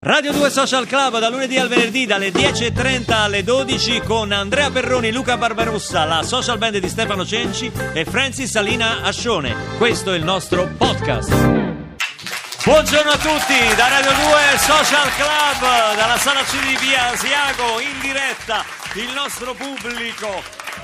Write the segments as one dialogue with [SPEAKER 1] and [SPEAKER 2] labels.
[SPEAKER 1] Radio 2 Social Club da lunedì al venerdì dalle 10.30 alle 12 con Andrea Perroni, Luca Barbarossa, la social band di Stefano Cenci e Francis Salina Ascione. Questo è il nostro podcast. Buongiorno a tutti da Radio 2 Social Club, dalla sala C di Via Asiago in diretta il nostro pubblico.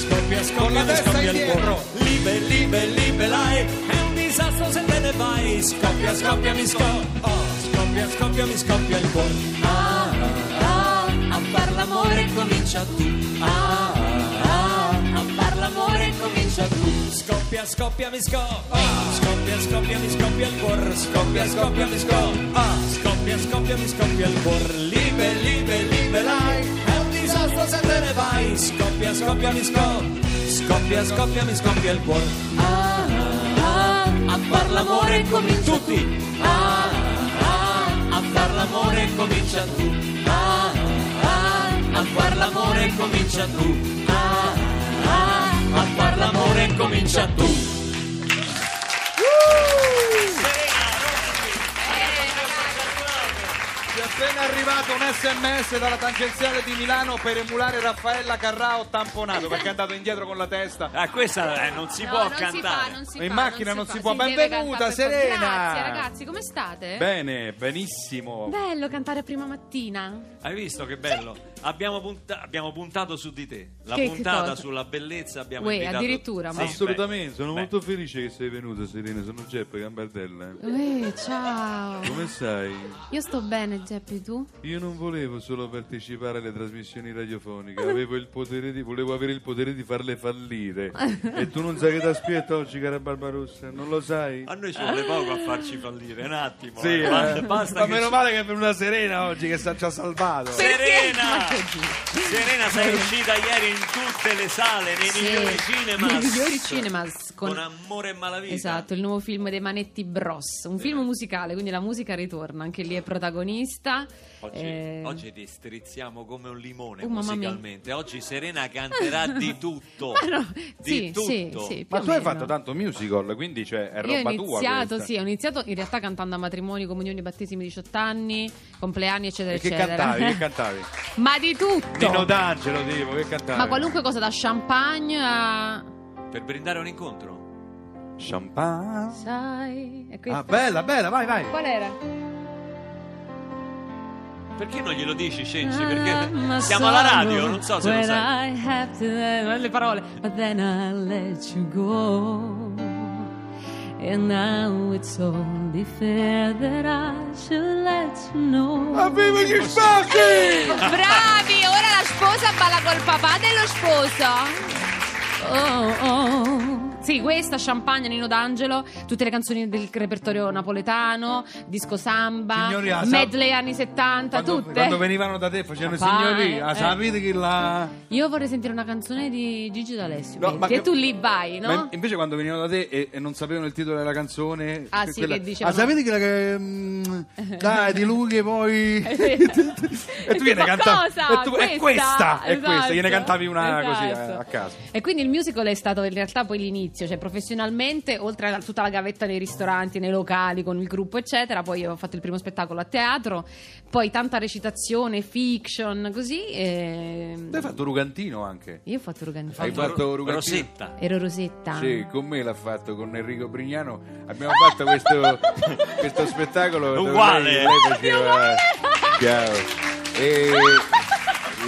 [SPEAKER 1] Scoppia,
[SPEAKER 2] Con la
[SPEAKER 1] scoppia, mi
[SPEAKER 2] testa
[SPEAKER 1] scoppia il
[SPEAKER 2] indietro.
[SPEAKER 1] cuore. Libe, libe, liberai. È un disastro se te ne vai. Scoppia, scoppia, mi scoppia. Oh, Scoppia, scoppia, mi scoppia il cuore. Ah,
[SPEAKER 3] Ah, a far l'amore comincia tu. Ah, ah, a far l'amore comincia tu.
[SPEAKER 1] Scoppia, scoppia, mi scoppia. Scoppia, scoppia, mi scoppia il cuore. Scoppia, scoppia, mi scoppia. Scoppia, scoppia, mi scoppia il cuore. Libe, libe, liberai. È un disastro se te ne vai. Scoppia, scoppia, mi scoppia. Scoppia, scoppia, mi scoppia il cuore.
[SPEAKER 3] Ah, ah, a far l'amore comincia tu.
[SPEAKER 1] Tutti.
[SPEAKER 3] Ah, ah, a far l'amore comincia tu. Ah, ah, a far l'amore comincia tu. Ah, ah, a far l'amore comincia tu.
[SPEAKER 2] Ci è appena arrivato un sms dalla tangenziale di Milano per emulare Raffaella Carrao tamponato perché è andato indietro con la testa.
[SPEAKER 1] Ah, questa eh, non si
[SPEAKER 4] No,
[SPEAKER 1] può
[SPEAKER 4] non
[SPEAKER 1] cantare.
[SPEAKER 4] Si fa, non si
[SPEAKER 2] In
[SPEAKER 4] fa,
[SPEAKER 2] macchina non si può.
[SPEAKER 4] deve
[SPEAKER 2] Benvenuta,
[SPEAKER 4] cantare per forza.
[SPEAKER 2] Serena.
[SPEAKER 4] Grazie ragazzi, come state?
[SPEAKER 2] Bene, benissimo.
[SPEAKER 4] Bello cantare a prima mattina.
[SPEAKER 1] Hai visto che bello? Abbiamo, punta- abbiamo puntato su di te. La
[SPEAKER 4] Che- che
[SPEAKER 1] puntata
[SPEAKER 4] cosa?
[SPEAKER 1] sulla bellezza abbiamo
[SPEAKER 4] Uè,
[SPEAKER 1] invitato-
[SPEAKER 4] addirittura, ma-
[SPEAKER 5] Assolutamente,
[SPEAKER 1] beh,
[SPEAKER 5] sono
[SPEAKER 1] beh.
[SPEAKER 5] molto felice che sei venuta Serena, sono Geppe Gambardella.
[SPEAKER 4] Uè, Eh, ciao.
[SPEAKER 5] Come stai?
[SPEAKER 4] Io sto bene, Geppi, tu?
[SPEAKER 5] Io non volevo solo partecipare alle trasmissioni radiofoniche, avevo il potere di, volevo avere il potere di farle fallire. E tu non sai che ti aspetta oggi, cara Barbarossa, non lo sai?
[SPEAKER 1] A noi ci vuole poco a farci fallire, un attimo.
[SPEAKER 2] Sì,
[SPEAKER 1] eh.
[SPEAKER 2] eh.
[SPEAKER 1] Basta, basta
[SPEAKER 2] Ma
[SPEAKER 1] che
[SPEAKER 2] meno
[SPEAKER 1] ci-
[SPEAKER 2] male che è venuta Serena oggi che sa- ci ha salvato.
[SPEAKER 1] Serena! Serena, sei uscita ieri in tutte le sale, nei
[SPEAKER 4] Sì.
[SPEAKER 1] migliori cinemas.
[SPEAKER 4] Nei migliori cinemas,
[SPEAKER 1] Con,
[SPEAKER 4] con-
[SPEAKER 1] amore e malavita.
[SPEAKER 4] Esatto, il nuovo film dei Manetti Bros, un film musicale, quindi la musica ritorna, anche lì è protagonista.
[SPEAKER 1] Oggi,
[SPEAKER 4] Eh,
[SPEAKER 1] oggi ti strizziamo come un limone
[SPEAKER 4] Oh, mamma mia.
[SPEAKER 1] musicalmente. Oggi Serena canterà di tutto.
[SPEAKER 4] Ma Ah, no,
[SPEAKER 1] di
[SPEAKER 4] sì,
[SPEAKER 1] tutto.
[SPEAKER 4] sì, sì.
[SPEAKER 2] Ma
[SPEAKER 4] più o
[SPEAKER 2] tu hai
[SPEAKER 4] meno.
[SPEAKER 2] fatto tanto musical, quindi cioè, è
[SPEAKER 4] Io
[SPEAKER 2] roba
[SPEAKER 4] ho
[SPEAKER 2] tua.
[SPEAKER 4] iniziato,
[SPEAKER 2] questa.
[SPEAKER 4] sì, ho iniziato in realtà cantando a matrimoni, comunioni, battesimi, 18 anni, compleanni, eccetera,
[SPEAKER 2] E che
[SPEAKER 4] eccetera.
[SPEAKER 2] cantavi? Che cantavi?
[SPEAKER 4] Ma di
[SPEAKER 2] Nino
[SPEAKER 4] tutto!
[SPEAKER 2] D'Angelo, tipo, che cantavi?
[SPEAKER 4] Ma qualunque cosa, da champagne a...
[SPEAKER 1] Per brindare un incontro.
[SPEAKER 2] Champagne.
[SPEAKER 4] Sai... è questa.
[SPEAKER 2] Ah, bella, bella, vai, vai.
[SPEAKER 4] Qual era?
[SPEAKER 1] Perché non glielo dici, Cenci? Perché
[SPEAKER 4] Ah, Ma
[SPEAKER 1] siamo alla
[SPEAKER 4] solo
[SPEAKER 1] radio, non so se lo
[SPEAKER 4] when
[SPEAKER 1] sai.
[SPEAKER 4] I have to- non le parole. But then I let you go. And now it's only fair that I should let you know.
[SPEAKER 2] Aveva gli spazi!
[SPEAKER 6] Bravi, ora la sposa balla col papà dello sposo.
[SPEAKER 4] Oh, oh. Sì, questa, Champagne, Nino D'Angelo, tutte le canzoni del repertorio napoletano, disco samba,
[SPEAKER 2] Signori, ah, sa-
[SPEAKER 4] medley anni 70,
[SPEAKER 2] Quando,
[SPEAKER 4] tutte.
[SPEAKER 2] quando venivano da te facevano
[SPEAKER 4] Papà,
[SPEAKER 2] signoria,
[SPEAKER 4] eh,
[SPEAKER 2] sapete che la...
[SPEAKER 4] Io vorrei sentire una canzone di Gigi D'Alessio.
[SPEAKER 2] No,
[SPEAKER 4] che-
[SPEAKER 2] ma
[SPEAKER 4] che
[SPEAKER 2] che-
[SPEAKER 4] tu lì vai, no?
[SPEAKER 2] Ma in- invece quando venivano da te e, e non sapevano il titolo della canzone...
[SPEAKER 4] Ah,
[SPEAKER 2] que-
[SPEAKER 4] sì, che dicevano-
[SPEAKER 2] Ah, sapete che la... che, mm, dai, di lui che poi...
[SPEAKER 4] e
[SPEAKER 2] E tu gliene cantavi.
[SPEAKER 4] Cosa?
[SPEAKER 2] E tu- è questa, è
[SPEAKER 4] Esatto.
[SPEAKER 2] questa, gliene cantavi una così,
[SPEAKER 4] Esatto.
[SPEAKER 2] eh, a caso.
[SPEAKER 4] E quindi il musical è stato in realtà poi l'inizio, cioè professionalmente, oltre a tutta la gavetta nei ristoranti, nei locali, con il gruppo, eccetera. Poi ho fatto il primo spettacolo a teatro, poi tanta recitazione, fiction, così. E...
[SPEAKER 2] Tu hai fatto Rugantino anche.
[SPEAKER 4] Io ho fatto
[SPEAKER 2] Hai
[SPEAKER 4] organizzare.
[SPEAKER 2] fatto Rugantino?
[SPEAKER 1] Rosetta.
[SPEAKER 4] Ero Rosetta.
[SPEAKER 2] Sì, con me l'ha fatto, con Enrico Brignano. Abbiamo fatto questo, questo spettacolo. dove
[SPEAKER 1] Uguale.
[SPEAKER 2] Lei, lei faceva... Chiaro. E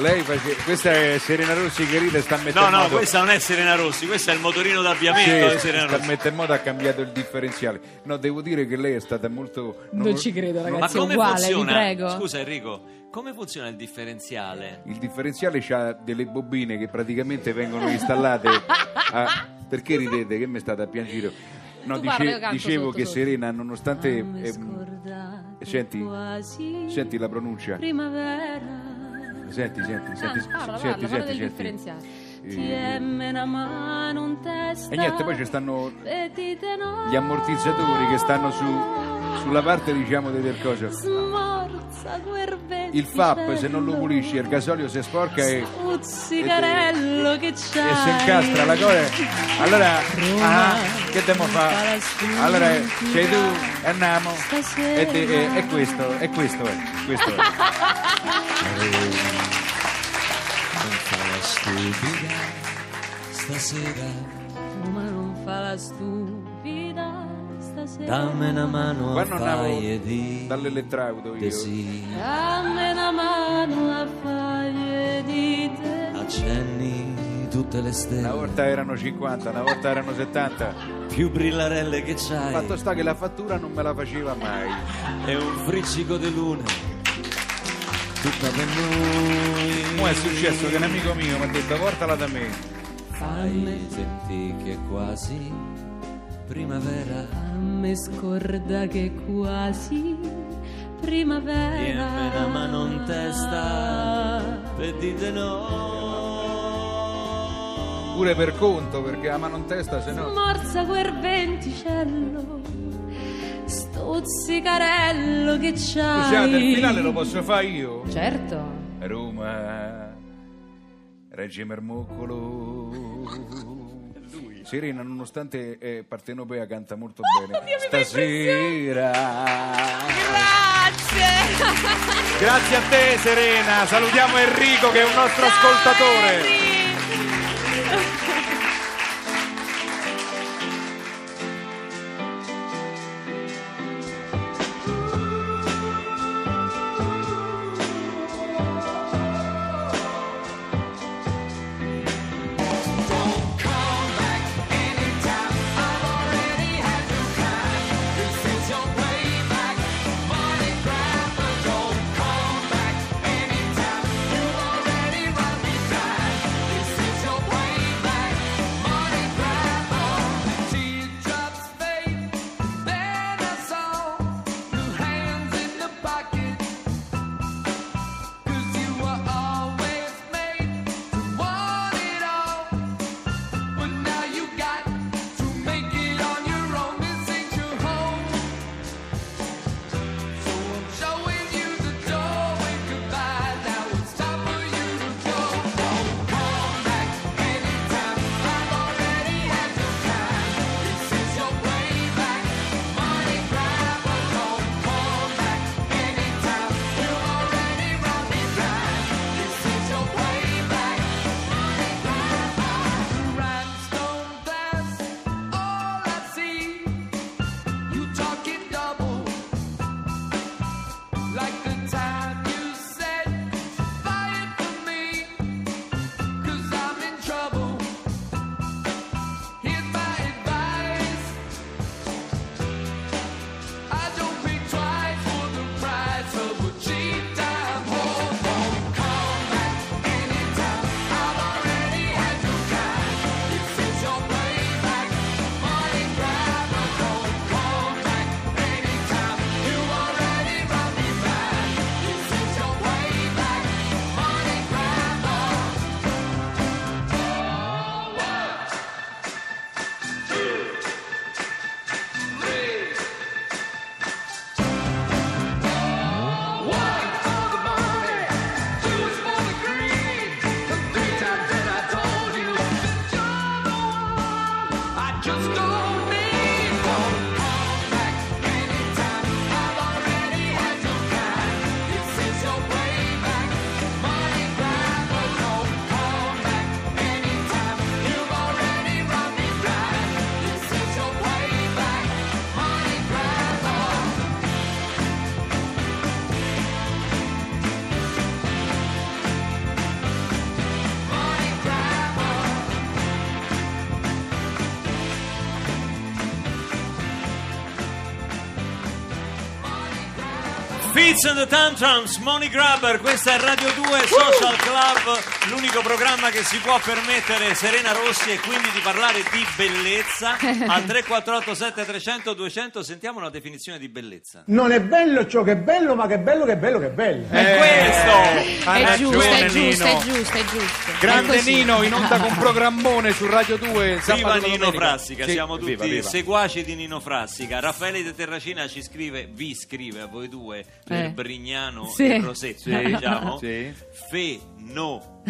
[SPEAKER 2] lei face- Questa è Serena Rossi che ride e sta mettendo...
[SPEAKER 1] No, no, questa non è Serena Rossi, questo è il motorino d'avviamento di
[SPEAKER 2] Sì,
[SPEAKER 1] Serena
[SPEAKER 2] sta
[SPEAKER 1] Rossi.
[SPEAKER 2] mette in moda ha cambiato il differenziale. No, devo dire che lei è stata molto.
[SPEAKER 4] Non ci credo,
[SPEAKER 1] Ma
[SPEAKER 4] ragazzi. Sì,
[SPEAKER 1] come
[SPEAKER 4] uguale, vi
[SPEAKER 1] funziona?
[SPEAKER 4] prego.
[SPEAKER 1] Scusa Enrico, come funziona il differenziale?
[SPEAKER 2] Il differenziale ha delle bobine che praticamente vengono installate. a- Perché ridete? Che mi state a piangere? No,
[SPEAKER 4] Tu parla,
[SPEAKER 2] dice-
[SPEAKER 4] io canto
[SPEAKER 2] dicevo
[SPEAKER 4] sotto,
[SPEAKER 2] che
[SPEAKER 4] sotto.
[SPEAKER 2] Serena, nonostante.
[SPEAKER 4] Come
[SPEAKER 2] ehm,
[SPEAKER 4] scordate
[SPEAKER 2] senti,
[SPEAKER 4] quasi
[SPEAKER 2] senti la pronuncia.
[SPEAKER 4] primavera.
[SPEAKER 2] Senti, senti, senti.
[SPEAKER 4] Ah,
[SPEAKER 2] senti,
[SPEAKER 4] parla, parla, parla del
[SPEAKER 2] senti, senti.
[SPEAKER 4] differenziale.
[SPEAKER 2] Eh,
[SPEAKER 4] TM una mano, un testa.
[SPEAKER 2] E niente, poi ci stanno
[SPEAKER 4] Petite no-
[SPEAKER 2] gli ammortizzatori che stanno su, sulla parte, diciamo, del coso.
[SPEAKER 4] Smorza, guerbetti.
[SPEAKER 2] Il FAP, se non lo pulisci, il gasolio si sporca e.
[SPEAKER 4] Uzzicarello che c'hai.
[SPEAKER 2] e si incastra la cosa allora
[SPEAKER 4] Roma,
[SPEAKER 2] ah, che devo fare
[SPEAKER 4] Palestina,
[SPEAKER 2] allora sei tu e andiamo
[SPEAKER 4] Stasera.
[SPEAKER 2] e, te- e- e questo e questo è questo è
[SPEAKER 1] Stasera
[SPEAKER 4] Ma non fa la stupida stasera.
[SPEAKER 1] dammi una mano
[SPEAKER 2] Guarda, non avevo-
[SPEAKER 1] fai di
[SPEAKER 2] dall'elettraudo io
[SPEAKER 1] desi-
[SPEAKER 4] Dammi una mano a faglie di te.
[SPEAKER 1] accenni tutte le
[SPEAKER 2] una
[SPEAKER 1] stelle
[SPEAKER 2] volta erano 50 una volta erano 70
[SPEAKER 1] più brillarelle che c'hai
[SPEAKER 2] fatto sta che la fattura non me la faceva mai
[SPEAKER 1] è un friccico di luna tutta per
[SPEAKER 2] Mo è
[SPEAKER 1] noi
[SPEAKER 2] successo che un amico mio mi ha detto portala da me
[SPEAKER 1] fai senti che è quasi primavera
[SPEAKER 4] Dammi scorda che quasi primavera.
[SPEAKER 1] Tienme la mano in testa. e dite no
[SPEAKER 2] pure per conto perché la mano in testa se no
[SPEAKER 4] Morza quel venticello, stuzzicarello che c'hai.
[SPEAKER 2] scusate il finale lo posso fare io
[SPEAKER 4] Certo.
[SPEAKER 2] Roma, Reggio Mermocolo. Serena, nonostante è partenopea, canta molto
[SPEAKER 4] Oh,
[SPEAKER 2] bene. Stasera.
[SPEAKER 6] Grazie.
[SPEAKER 2] Grazie a te, Serena. Salutiamo Enrico, che è un nostro ascoltatore.
[SPEAKER 6] Don't
[SPEAKER 1] Fizz and the Tantrums, Money Grabber, questa è Radio 2 Social Club, l'unico programma che si può permettere Serena Rossi e quindi di parlare di bellezza. Al 348 7300 200 sentiamo una definizione di bellezza.
[SPEAKER 7] Non è bello ciò che è bello, ma che è bello, che è bello, che è bello.
[SPEAKER 1] È questo!
[SPEAKER 2] Eh, Ha
[SPEAKER 4] È
[SPEAKER 2] ragione,
[SPEAKER 4] giusto, è giusto, è
[SPEAKER 2] Nino.
[SPEAKER 4] giusto, è giusto. È
[SPEAKER 2] Grande
[SPEAKER 4] così.
[SPEAKER 2] Nino in onda con programmone su Radio 2.
[SPEAKER 1] Viva
[SPEAKER 2] sabato e
[SPEAKER 1] Nino
[SPEAKER 2] domenica.
[SPEAKER 1] Frassica,
[SPEAKER 2] Sì,
[SPEAKER 1] siamo tutti
[SPEAKER 2] viva, viva.
[SPEAKER 1] seguaci di Nino Frassica. Raffaele De Terracina ci scrive, vi scrive a voi due per
[SPEAKER 4] Eh.
[SPEAKER 1] Brignano
[SPEAKER 4] Sì.
[SPEAKER 1] e Rosetto,
[SPEAKER 2] Sì.
[SPEAKER 1] diciamo.
[SPEAKER 2] Sì.
[SPEAKER 1] Fenomenali.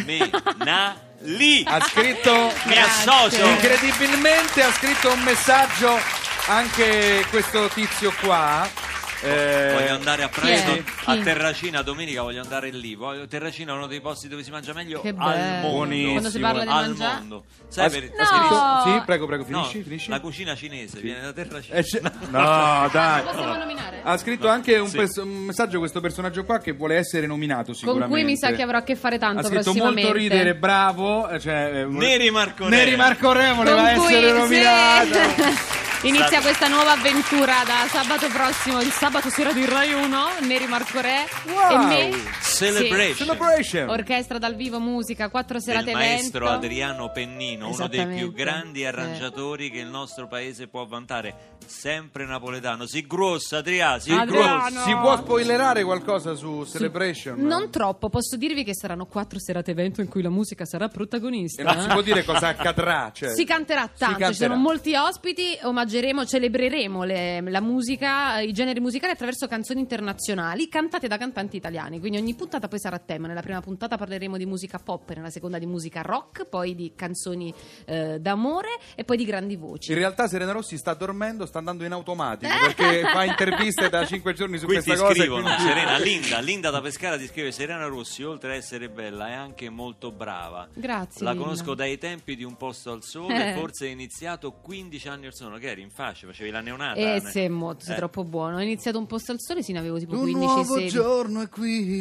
[SPEAKER 4] Ah,
[SPEAKER 2] Ha scritto
[SPEAKER 1] Mi associo.
[SPEAKER 2] incredibilmente ha scritto un messaggio anche questo tizio qua. Eh,
[SPEAKER 1] Voglio andare a Presto,
[SPEAKER 4] Chi è?
[SPEAKER 1] a
[SPEAKER 4] Chi?
[SPEAKER 1] Terracina domenica voglio andare lì. Voglio- Terracina è uno dei posti dove si mangia meglio
[SPEAKER 4] Che
[SPEAKER 1] al
[SPEAKER 4] bello.
[SPEAKER 1] mondo.
[SPEAKER 4] Quando si parla di
[SPEAKER 1] al
[SPEAKER 4] mangiare?
[SPEAKER 1] mondo.
[SPEAKER 2] ha,
[SPEAKER 1] Sai per-
[SPEAKER 2] ha scritto-
[SPEAKER 4] No.
[SPEAKER 2] Sì, prego, prego,
[SPEAKER 1] no,
[SPEAKER 2] finisci, finisci.
[SPEAKER 1] La cucina cinese viene da Terracina.
[SPEAKER 2] Eh, c'è- No, dai.
[SPEAKER 4] Possiamo nominare?
[SPEAKER 2] Ha scritto anche un,
[SPEAKER 1] sì.
[SPEAKER 2] pers- un messaggio questo personaggio qua che vuole essere nominato sicuramente.
[SPEAKER 4] Con cui mi sa che avrò a che fare tanto
[SPEAKER 2] Ha scritto
[SPEAKER 4] prossimamente.
[SPEAKER 2] molto ridere, bravo. eh, Cioè, eh, vuole-
[SPEAKER 1] Neri Marcorè.
[SPEAKER 2] Neri Marcorè
[SPEAKER 4] Con
[SPEAKER 2] voleva
[SPEAKER 4] cui-
[SPEAKER 2] essere
[SPEAKER 4] sì.
[SPEAKER 2] nominato.
[SPEAKER 4] Inizia questa nuova avventura da sabato prossimo, il sabato sera di Rai 1, Neri Marcorè
[SPEAKER 2] Wow.
[SPEAKER 4] e me.
[SPEAKER 1] Celebration.
[SPEAKER 4] Sì.
[SPEAKER 2] Celebration.
[SPEAKER 4] Orchestra dal vivo, musica, quattro
[SPEAKER 1] del
[SPEAKER 4] serate
[SPEAKER 1] maestro
[SPEAKER 4] evento.
[SPEAKER 1] Adriano Pennino, uno dei più
[SPEAKER 4] Esattamente.
[SPEAKER 1] grandi
[SPEAKER 4] Eh.
[SPEAKER 1] arrangiatori che il nostro paese può vantare, sempre napoletano. Si grossa, Adrià, si grossa.
[SPEAKER 4] Adriano.
[SPEAKER 2] Si può spoilerare qualcosa su Celebration?
[SPEAKER 4] Non troppo, posso dirvi che saranno quattro serate evento in cui la musica sarà protagonista.
[SPEAKER 2] Eh, ma si può dire cosa accadrà? Cioè,
[SPEAKER 4] Ah. Si canterà tanto,
[SPEAKER 2] canterà.
[SPEAKER 4] ci sono molti ospiti, omaggeremo, celebreremo le- la musica, i generi musicali attraverso canzoni internazionali cantate da cantanti italiani, quindi ogni puntata poi sarà a tema, nella prima puntata parleremo di musica pop, nella seconda di musica rock, poi di canzoni eh, d'amore e poi di grandi voci.
[SPEAKER 2] In realtà Serena Rossi sta dormendo, sta andando in automatico
[SPEAKER 4] Eh.
[SPEAKER 2] perché fa interviste da 5 giorni su
[SPEAKER 1] Qui ti
[SPEAKER 2] questa cosa. e
[SPEAKER 1] scrivono,
[SPEAKER 2] quindi-
[SPEAKER 1] Serena, Linda, Linda da Pescara ti scrive Serena Rossi, oltre a essere bella, è anche molto brava.
[SPEAKER 4] Grazie.
[SPEAKER 1] La
[SPEAKER 4] Lina.
[SPEAKER 1] conosco dai tempi di Un posto al sole,
[SPEAKER 4] Eh.
[SPEAKER 1] forse è iniziato 15 anni or sono, che eri in fascia, facevi la neonata.
[SPEAKER 4] Eh,
[SPEAKER 1] ne-
[SPEAKER 4] sì, mo, sei
[SPEAKER 1] Eh.
[SPEAKER 4] troppo buono. Ho iniziato un posto al sole, sì, ne avevo tipo
[SPEAKER 5] Un
[SPEAKER 4] 15
[SPEAKER 5] nuovo
[SPEAKER 4] 16.
[SPEAKER 5] giorno è qui,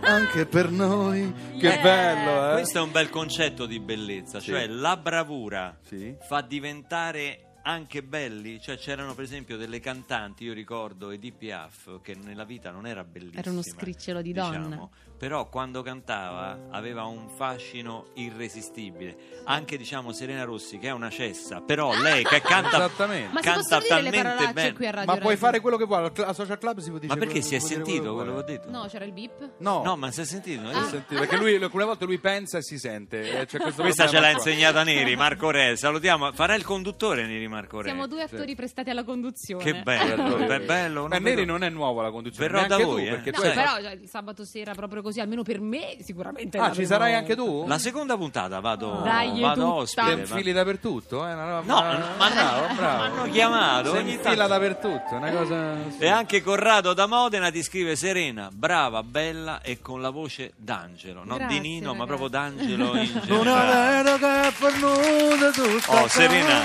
[SPEAKER 5] anche per noi.
[SPEAKER 2] Che bello, eh.
[SPEAKER 1] Questo è un bel concetto di bellezza, cioè la bravura
[SPEAKER 5] Sì.
[SPEAKER 1] fa diventare anche belli, cioè c'erano per esempio delle cantanti, io ricordo Edith Piaf che nella vita non era bellissima.
[SPEAKER 4] Era uno scricciolo di
[SPEAKER 1] diciamo,
[SPEAKER 4] donna.
[SPEAKER 1] Però quando cantava aveva un fascino irresistibile. Anche diciamo Serena Rossi che è una cessa, però lei che canta
[SPEAKER 2] Esattamente.
[SPEAKER 4] Ah! Ma si
[SPEAKER 1] canta
[SPEAKER 4] possono dire le
[SPEAKER 1] talmente
[SPEAKER 4] parolacce
[SPEAKER 1] bene.
[SPEAKER 4] qui a Radio
[SPEAKER 2] Ma puoi
[SPEAKER 4] Radio?
[SPEAKER 2] fare quello che vuoi, al cl- a Social Club si può dire
[SPEAKER 1] Ma perché
[SPEAKER 2] quello-
[SPEAKER 1] si è
[SPEAKER 2] può dire
[SPEAKER 1] sentito
[SPEAKER 2] che
[SPEAKER 1] quello che ho
[SPEAKER 2] vuole.
[SPEAKER 1] detto?
[SPEAKER 4] No, c'era il beep.
[SPEAKER 2] No,
[SPEAKER 1] No, ma si è sentito?
[SPEAKER 2] si è sentito, perché lui, alcune volte lui pensa e si sente. eh, c'è questo
[SPEAKER 1] Questa ce l'ha
[SPEAKER 2] problema qua.
[SPEAKER 1] insegnata Neri, Marco Re. Salutiamo. Farà il conduttore Neri Marco Re.
[SPEAKER 4] Siamo due attori prestati alla conduzione.
[SPEAKER 1] Che bello, be- bello.
[SPEAKER 2] Ma
[SPEAKER 1] non
[SPEAKER 2] Neri
[SPEAKER 1] vedo-
[SPEAKER 2] non è nuovo alla conduzione.
[SPEAKER 1] Verrò da
[SPEAKER 2] neanche
[SPEAKER 1] voi,
[SPEAKER 2] tu,
[SPEAKER 1] eh.
[SPEAKER 2] perché
[SPEAKER 4] No,
[SPEAKER 2] tu
[SPEAKER 1] Cioè-
[SPEAKER 2] hai-
[SPEAKER 4] però cioè, il sabato sera proprio così, almeno per me sicuramente. è
[SPEAKER 2] Ah,
[SPEAKER 4] la
[SPEAKER 2] ci
[SPEAKER 4] prima
[SPEAKER 2] sarai
[SPEAKER 4] volta.
[SPEAKER 2] anche tu?
[SPEAKER 1] La seconda puntata vado,
[SPEAKER 4] Ah. Dai,
[SPEAKER 1] vado
[SPEAKER 4] tutta.
[SPEAKER 2] Ti
[SPEAKER 1] ospite.
[SPEAKER 2] infili Cioè, dappertutto? Eh? Una roba-
[SPEAKER 1] No, ma- ma
[SPEAKER 4] Ah.
[SPEAKER 2] bravo, bravo.
[SPEAKER 1] Hanno chiamato
[SPEAKER 2] Si
[SPEAKER 1] ogni
[SPEAKER 2] infila
[SPEAKER 1] tanto.
[SPEAKER 2] dappertutto, è una cosa.
[SPEAKER 1] E anche Corrado da Modena ti scrive Serena, brava, bella e con la voce d'angelo, non
[SPEAKER 4] Grazie,
[SPEAKER 1] di Nino, ma
[SPEAKER 4] ragazzi.
[SPEAKER 1] proprio d'angelo in
[SPEAKER 5] Non
[SPEAKER 1] generale.
[SPEAKER 5] è vero che è fornuta tutta.
[SPEAKER 1] Oh Serena,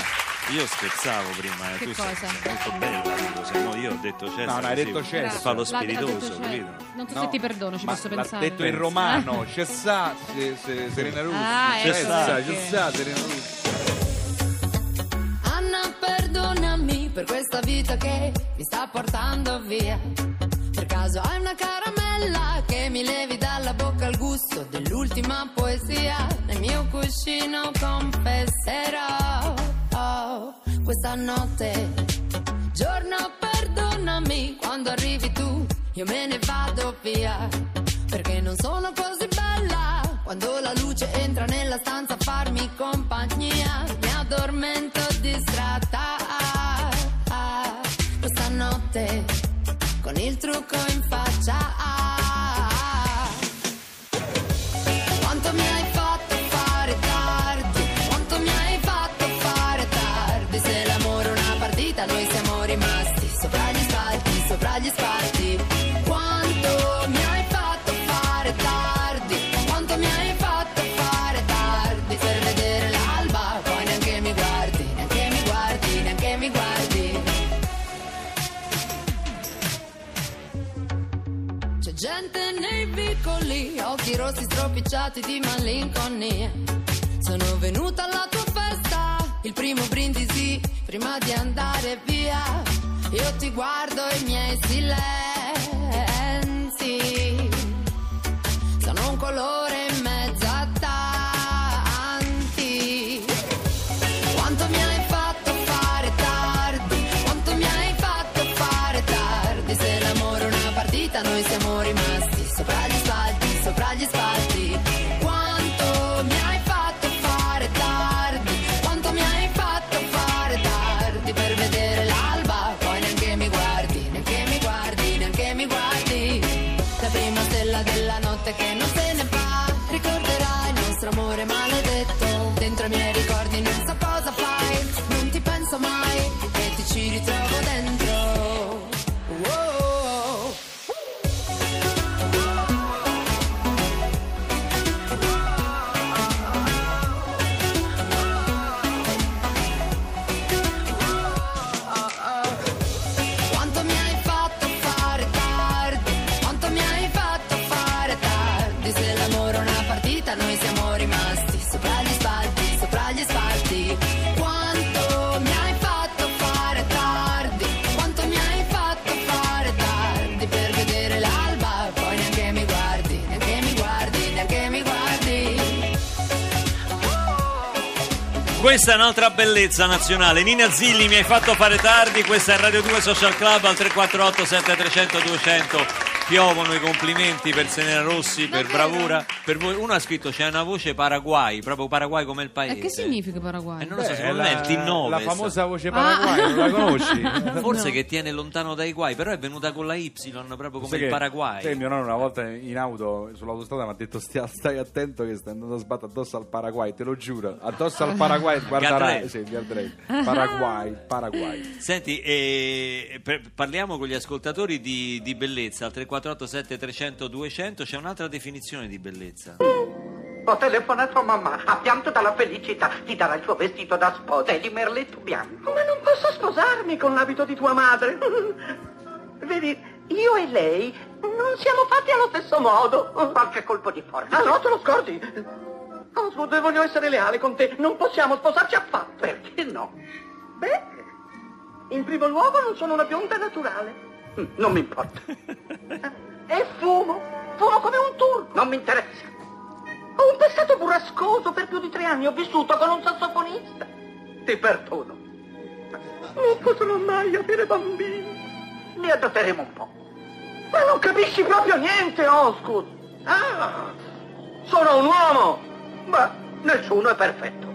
[SPEAKER 1] io scherzavo prima, eh,
[SPEAKER 6] Che
[SPEAKER 1] tu sei
[SPEAKER 6] cosa?
[SPEAKER 1] molto bella, dico, se no io ho detto Cesare.
[SPEAKER 2] No, no, hai
[SPEAKER 1] sì,
[SPEAKER 2] detto Cesare.
[SPEAKER 4] Grazie.
[SPEAKER 1] Fa lo
[SPEAKER 4] Eh, L'ha- ha detto
[SPEAKER 1] spiritoso,
[SPEAKER 4] Cesare.
[SPEAKER 1] capito?
[SPEAKER 4] Non so
[SPEAKER 2] No,
[SPEAKER 4] se ti perdono, ci
[SPEAKER 2] ma
[SPEAKER 4] posso
[SPEAKER 2] l'ha
[SPEAKER 4] pensare. Eh.
[SPEAKER 2] detto in romano, cessà, se- se- Serena Russi.
[SPEAKER 4] Ah,
[SPEAKER 1] ecco
[SPEAKER 2] cessà,
[SPEAKER 4] perché.
[SPEAKER 2] cessà, Serena Russi.
[SPEAKER 8] Anna, perdonami per questa vita che mi sta portando via. Per caso hai una caramella che mi levi dalla bocca il gusto dell'ultima poesia. Nel mio cuscino confesserò oh, questa notte. Giorno perdonami quando arrivi tu, io me ne vado via. Perché non sono così bella quando la luce entra nella stanza a farmi compagnia. Mi addormento distratta ah, ah, questa notte con il trucco in faccia. ah, ah. Quanto mi hai fatto fare tardi, quanto mi hai fatto fare tardi, se l'amore rimasti sopra gli spalti, sopra gli spalti. Quanto mi hai fatto fare tardi, quanto mi hai fatto fare tardi per vedere l'alba, poi neanche mi guardi, neanche mi guardi, neanche mi guardi. C'è gente nei piccoli, occhi rossi stropicciati di malinconia. Sono venuta alla tua festa, il primo brindisi, prima di andare via. Io ti guardo e i miei silenzi sono un colore in mezzo a tanti. Quanto mi hai fatto fare tardi, quanto mi hai fatto fare tardi. Se l'amore è una partita, noi siamo rimasti sopra gli spalti, sopra gli spalti. Quanto mi hai fatto fare tardi, quanto mi hai fatto fare tardi per vedere l'alba. Poi neanche mi guardi, neanche mi guardi, neanche mi guardi. La prima stella della notte che non se ne va, ricorderai il nostro amore maledetto. Dentro i miei ricordi non so cosa fai, non ti penso mai e ti ci ritrovo dentro. Wow. Quanto mi hai fatto fare tardi, quanto mi hai fatto fare tardi, se l'amore è una partita noi siamo rimasti sopra gli spalti, sopra gli spalti. Quanto mi hai fatto fare tardi, quanto mi hai fatto fare tardi, per vedere l'alba, poi neanche mi guardi, neanche mi guardi, neanche mi guardi.
[SPEAKER 1] Questa è un'altra bellezza nazionale. Nina Zilli, mi hai fatto fare tardi. Questa è Radio 2 Social Club al 348 7300 200. Piovono i complimenti per Senera Rossi, per
[SPEAKER 6] Davvero?
[SPEAKER 1] bravura. Per voi, uno ha scritto c'è una voce Paraguay, proprio Paraguay come il paese.
[SPEAKER 4] E Eh, che significa Paraguay?
[SPEAKER 1] Eh, non lo so,
[SPEAKER 2] Beh,
[SPEAKER 1] secondo me è il T9.
[SPEAKER 2] la
[SPEAKER 1] sta-
[SPEAKER 2] famosa voce
[SPEAKER 4] Ah.
[SPEAKER 2] paraguay, non la conosci?
[SPEAKER 1] Forse che tiene lontano dai guai, però è venuta con la Y proprio come
[SPEAKER 2] Sai
[SPEAKER 1] il
[SPEAKER 2] che-
[SPEAKER 1] Paraguay.
[SPEAKER 2] sai, mio nonno una volta in auto sull'autostrada mi ha detto "Stia- stai attento che stai andando a sbattere addosso al Paraguay, te lo giuro, addosso al Paraguay guarderai,
[SPEAKER 1] Gadrei.
[SPEAKER 2] sì, Gadrei. Paraguay, Paraguay.
[SPEAKER 1] Senti, eh, per- parliamo con gli ascoltatori di, di bellezza. Al 348 300 200 c'è un'altra definizione di bellezza.
[SPEAKER 9] Ho telefonato a mamma, ha pianto dalla felicità, ti darà il tuo vestito da sposa e di merletto bianco. Ma non posso sposarmi con l'abito di tua madre. Vedi, io e lei non siamo fatti allo stesso modo. Qualche colpo di forza. Ah no, te lo scordi? Oswald, voglio essere leale con te, non possiamo sposarci affatto. Perché no? Beh, in primo luogo non sono una bionda naturale. Mm, Non mi importa. e fumo, fumo come un turco. Non mi interessa. Ho un passato burrascoso, per più di tre anni ho vissuto con un sassofonista. Ti perdono. Non potrò mai avere bambini. Ne adotteremo un po'. Ma non capisci proprio niente, Osgood. Ah, sono un uomo. Ma nessuno è perfetto.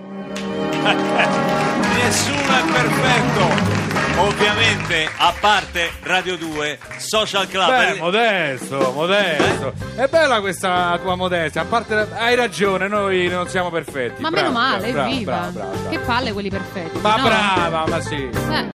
[SPEAKER 1] Nessuno è perfetto. Ovviamente, a parte Radio 2, Social Club.
[SPEAKER 2] Beh, modesto, modesto. È bella questa tua modestia, a parte hai ragione, noi non siamo perfetti.
[SPEAKER 4] Ma
[SPEAKER 2] Bravo,
[SPEAKER 4] meno male,
[SPEAKER 2] bravo,
[SPEAKER 4] evviva.
[SPEAKER 2] bravo, bravo, bravo.
[SPEAKER 4] Che palle quelli perfetti.
[SPEAKER 2] Ma
[SPEAKER 4] no?
[SPEAKER 2] brava, ma sì.
[SPEAKER 4] Eh.